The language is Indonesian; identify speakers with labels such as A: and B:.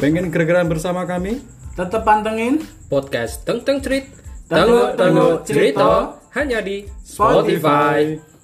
A: Pengen gergeran bersama kami?
B: Tetap pantengin
C: Podcast Teng Teng Cerit.
B: Tengok, tengok,
C: Tengok, tengok, cerita.
B: cerita.
C: Hanya di
B: Spotify.
C: Spotify.